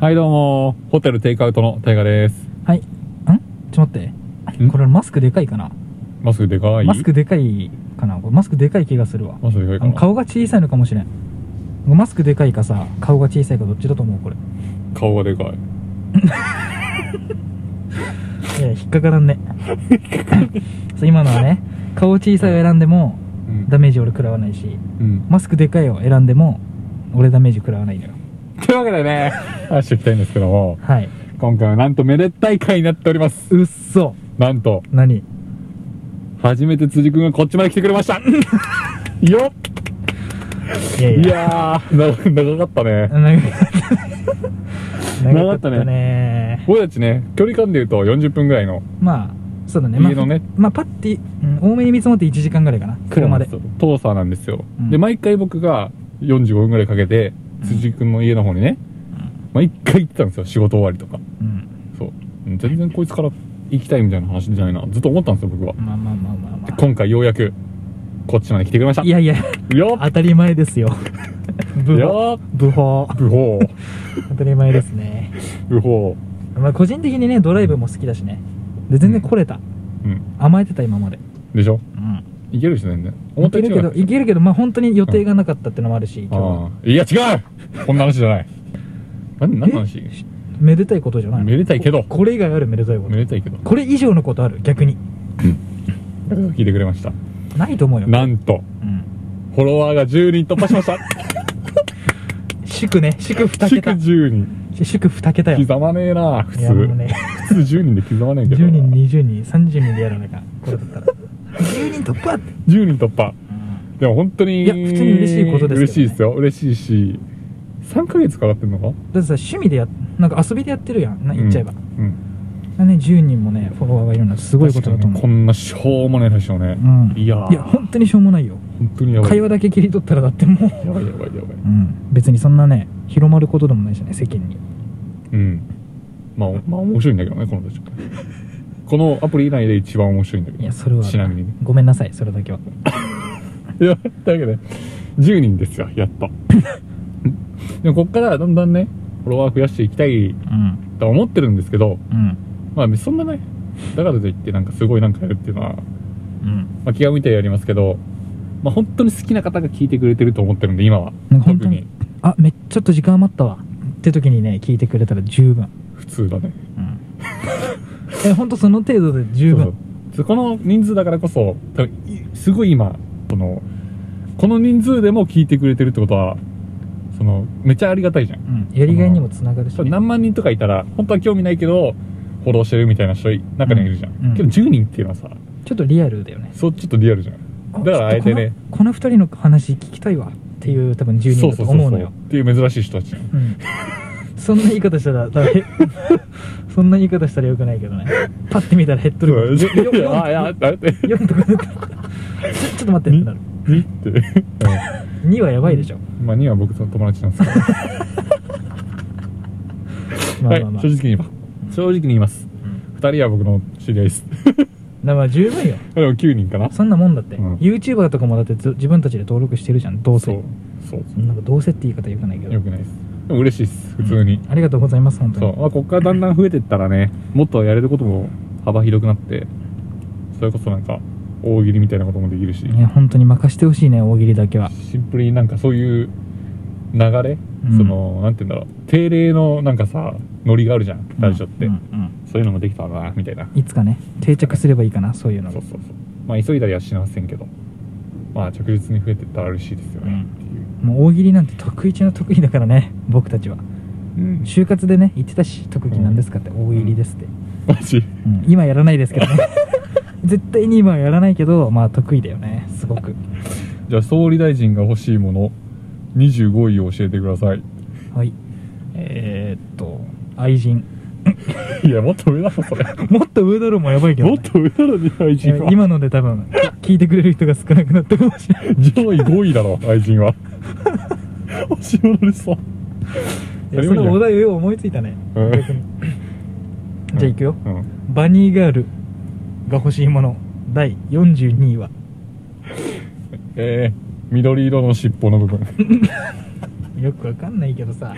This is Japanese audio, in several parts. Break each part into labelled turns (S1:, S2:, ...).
S1: はいどうもホテルテイクアウトの大河です
S2: はい。んちょっと待って。
S1: ん
S2: これマスクでかいかな
S1: マスクでかい
S2: マスクでかいかなこれマスクでかい気がするわ。
S1: マスクでかい
S2: あ
S1: か
S2: の
S1: な
S2: 顔が小さいのかもしれん。マスクでかいかさ、顔が小さいかどっちだと思うこれ。
S1: 顔がでかい
S2: いや、引っかから んね。そう今のはね、顔小さいを選んでも
S1: うん
S2: ダメージ俺食らわないし、
S1: うん
S2: マスクでかいを選んでも俺ダメージ食らわないのよ。
S1: というわけでね話していきたいんですけども
S2: はい。
S1: 今回はなんとめでたい回になっております
S2: うっそ。
S1: なんと
S2: 何
S1: 初めて辻君がこっちまで来てくれましたよ っ
S2: いや
S1: いやーな長かったね
S2: 長かったね。
S1: 長かったね
S2: ね。
S1: 僕たちね距離感で言うと40分ぐらいの
S2: まあ、そうだね。
S1: 家のね、
S2: まあ、パッて、うん多めに見積もって1時間ぐらいかな。車で。
S1: トーサーなんですよ、
S2: うん
S1: で毎回僕が45分ぐらいかけて辻君の家の方にね、毎回行ってたんですよ仕事終わりとか
S2: うん。
S1: そう全然こいつから行きたいみたいな話じゃないなずっと思ったんですよ僕は
S2: まあまあまあまあま
S1: で今回ようやくこっちまで来てくれました
S2: あ。いやいや、
S1: よっ
S2: 当たり前ですよ。部法。
S1: よっ
S2: 部法。
S1: 不法
S2: 当たり前ですね。
S1: 不法
S2: まあ、個人的にね、ドライブも好きだしね。で、全然来れた。
S1: うん
S2: 甘えてた、今まで。
S1: でしょ
S2: うん。
S1: いける人全然思
S2: い
S1: った
S2: け
S1: より
S2: るけ
S1: 違
S2: ど、
S1: う
S2: いけるけど、まあ、本当に予定がなかったってのもあるし、今日は。
S1: ああいや違うこんな話じゃない何何の話
S2: えしめでたいことじゃない
S1: めでたいけど
S2: ここれ以外あるめでたいこ
S1: め
S2: と。
S1: でたいけど
S2: これ以上のことある逆に。
S1: 聞いてくれました
S2: ないと思うよ。
S1: なんと
S2: うん。
S1: フォロワーが10人突破しました
S2: 祝ね、祝二
S1: 祝
S2: 桁。
S1: 10人
S2: 祝二桁よ。
S1: 刻まねえな普
S2: いや
S1: 通、
S2: もうね、
S1: 普通10人で刻まねえけど
S2: 10人、20人、30人でやらなきゃ、これだったら。10人突破って。
S1: 10人突破でも本当に
S2: いや普通に嬉しいことですけどね
S1: 嬉しいですよ嬉しいし3ヶ月かかってんのか
S2: だってさ、趣味でや、なんか遊びでやってるやん、な言っちゃえば。
S1: う
S2: だか
S1: ん、
S2: らね、10人もね、フォロワーがいるのはす
S1: す
S2: ごいことだと思
S1: こ
S2: う。
S1: んなしょうもない話をね、
S2: うん
S1: いやー
S2: いや、本当にしょうもないよ。
S1: 本当にやばい
S2: 会話だけ切り取ったらだってもう、
S1: やばいやばいやばい
S2: うん、別にそんなね、広まることでもないしね、世間に。
S1: うんまあまあ面白いんだけどねこの人たちこのアプリ以内で一番面白いんだけど
S2: いや、それは。
S1: ちなみにね
S2: ごめんなさい、それだけは。
S1: いやだけどね10人ですよやっと でもこっからだんだんねフォロワー増やしていきたい
S2: うん。
S1: とは思ってるんですけど
S2: うん。
S1: まあそんなねだからといってなんかすごいなんかやるっていうのは
S2: うん。
S1: まあ、気が向いたらやりますけど、まあ、本当に好きな方が聞いてくれてると思ってるんで今は
S2: なんか本
S1: 特
S2: 当に
S1: に、
S2: あ、め、ちょっと時間余ったわ。って時にね、聞いてくれたら十分。
S1: 普通だね
S2: え本当その程度で十
S1: そう
S2: 分
S1: そうこの人数だからこそ多分いすごい今このこの人数でも聞いてくれてるってことはそのめちゃありがたいじゃん
S2: うん、やりがいにもつながるし、
S1: 多分何万人とかいたら本当は興味ないけどフォローしてるみたいな人い中にはいるじゃん、
S2: うんうん
S1: けど10人っていうのはさ
S2: ちょっとリアルだよね
S1: そうちょっとリアルじゃんだからあえてね
S2: ちょっとこのこの二人の話聞きたいわっていう多分10人
S1: そう
S2: だ
S1: そ
S2: と
S1: うそう
S2: 思う
S1: そ
S2: の
S1: う
S2: よ
S1: っていう珍しい人たちじゃん
S2: うんそん な言い方したらだめ そんな言い方したらよくないけどねパッて見たら減っとる
S1: そう
S2: よよ
S1: い やあい やあれって
S2: よんとかなったちょちょっと待ってってなる
S1: にって、うん
S2: 2はやばいでしょ
S1: まあ、2は僕の友達なんですけど、
S2: まあまあま
S1: はい、
S2: あ、
S1: 正直に言えば正直に言います
S2: うん
S1: 2人は僕の知り合いです
S2: だから十分よ
S1: でも9人かな
S2: そんなもんだって、
S1: うん
S2: YouTuber とかもだってず自分たちで登録してるじゃんどうせ
S1: そうそう
S2: なんかどうせって言い方よくないけど
S1: よくないですでも嬉しいです普通に、
S2: ありがとうございます本当
S1: そ
S2: に
S1: う、まあ、こっからだんだん増えてったらねもっとやれることも幅広くなってそれこそなんか大喜利みたいなこともできるし
S2: いや本当に任してほしいね大喜利だけは
S1: シンプルになんかそういう流れ、
S2: うん
S1: そのなんて言うんだろう定例のなんかさノリがあるじゃんラジオって、
S2: うんうん
S1: そういうのもできたらなみたいな
S2: うんいつかね定着すればいいかなそういうの
S1: そ
S2: が
S1: うそうそうまあ急いだりはしませんけどまあ着実に増えてったら嬉しいですよねっていう、
S2: もう大喜利なんて得意中の得意だからね僕たちは
S1: うん
S2: 就活でね言ってたし特技なんですかって大喜利ですって、
S1: マジ
S2: うん今やらないですけどね 絶対に今はやらないけどまあ得意だよねすごく
S1: じゃあ総理大臣が欲しいもの25位を教えてください
S2: はいえー、っと愛人
S1: いやもっと上だろそれ
S2: もっと上だろもやばいけどね、
S1: もっと上だろに愛人は
S2: 今ので多分聞いてくれる人が少なくなったかもしれない
S1: 上位5位だろ愛人 は欲しいものですわ
S2: いやそのお題を思いついたね
S1: うん
S2: 逆にじゃあいくよ、
S1: うん
S2: バニーガールが欲しいもの第42位は
S1: えー、緑色の尻尾の部分
S2: よくわかんないけどさ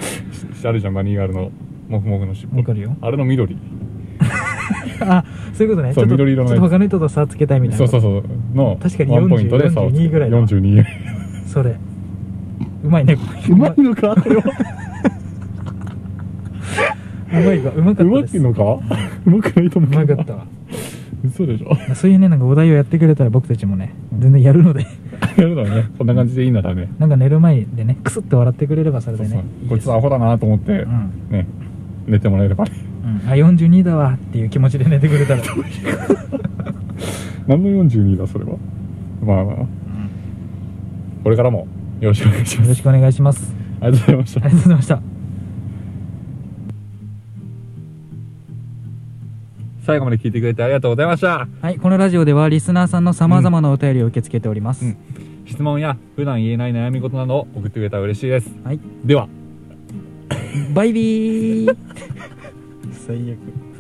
S1: あるじゃんマニーガールのもふもふの尻尾
S2: わかるよ
S1: あれの緑
S2: あそういうことね
S1: そう
S2: ちょっと
S1: 緑色の
S2: ち
S1: や
S2: ょ
S1: つ
S2: っと他の人と差つけたいみたい
S1: そ
S2: な
S1: うそうそうの
S2: 確かに
S1: ワンポイントで
S2: 40
S1: 差をつけ
S2: 42ぐらいだわ
S1: 42円
S2: それうまいねこ れ
S1: うまいのかあれは
S2: うまいわうまか
S1: う
S2: った
S1: ま
S2: です
S1: いのかうまくないと思
S2: う
S1: うけど
S2: まかったわ
S1: 嘘でしょ
S2: そういうねなんかお題をやってくれたら僕たちもね全然やるので
S1: やるだろうねこんな感じでいいならね
S2: なんか寝る前でねクスッと笑ってくれればそれ
S1: そ
S2: で
S1: うそう
S2: ねいい
S1: こ
S2: で
S1: い
S2: す
S1: つアホだなと思って
S2: うん
S1: ね寝てもらえればね
S2: うんあ42だわっていう気持ちで寝てくれ たら
S1: 何の42だそれはまあまあ
S2: うん
S1: これからもよろしくお願いし
S2: よ
S1: ま
S2: ろ
S1: す
S2: しくお願いします
S1: ありがとうございまし
S2: あ
S1: た
S2: りがとうございました
S1: 最後まで聞いてくれてありがとうございました
S2: はいこのラジオではリスナーさんのさまざまなお便りを受け付けております、
S1: うん質問や普段言えない悩み事などを送ってくれたら嬉しいです
S2: はい
S1: では
S2: バイビー最悪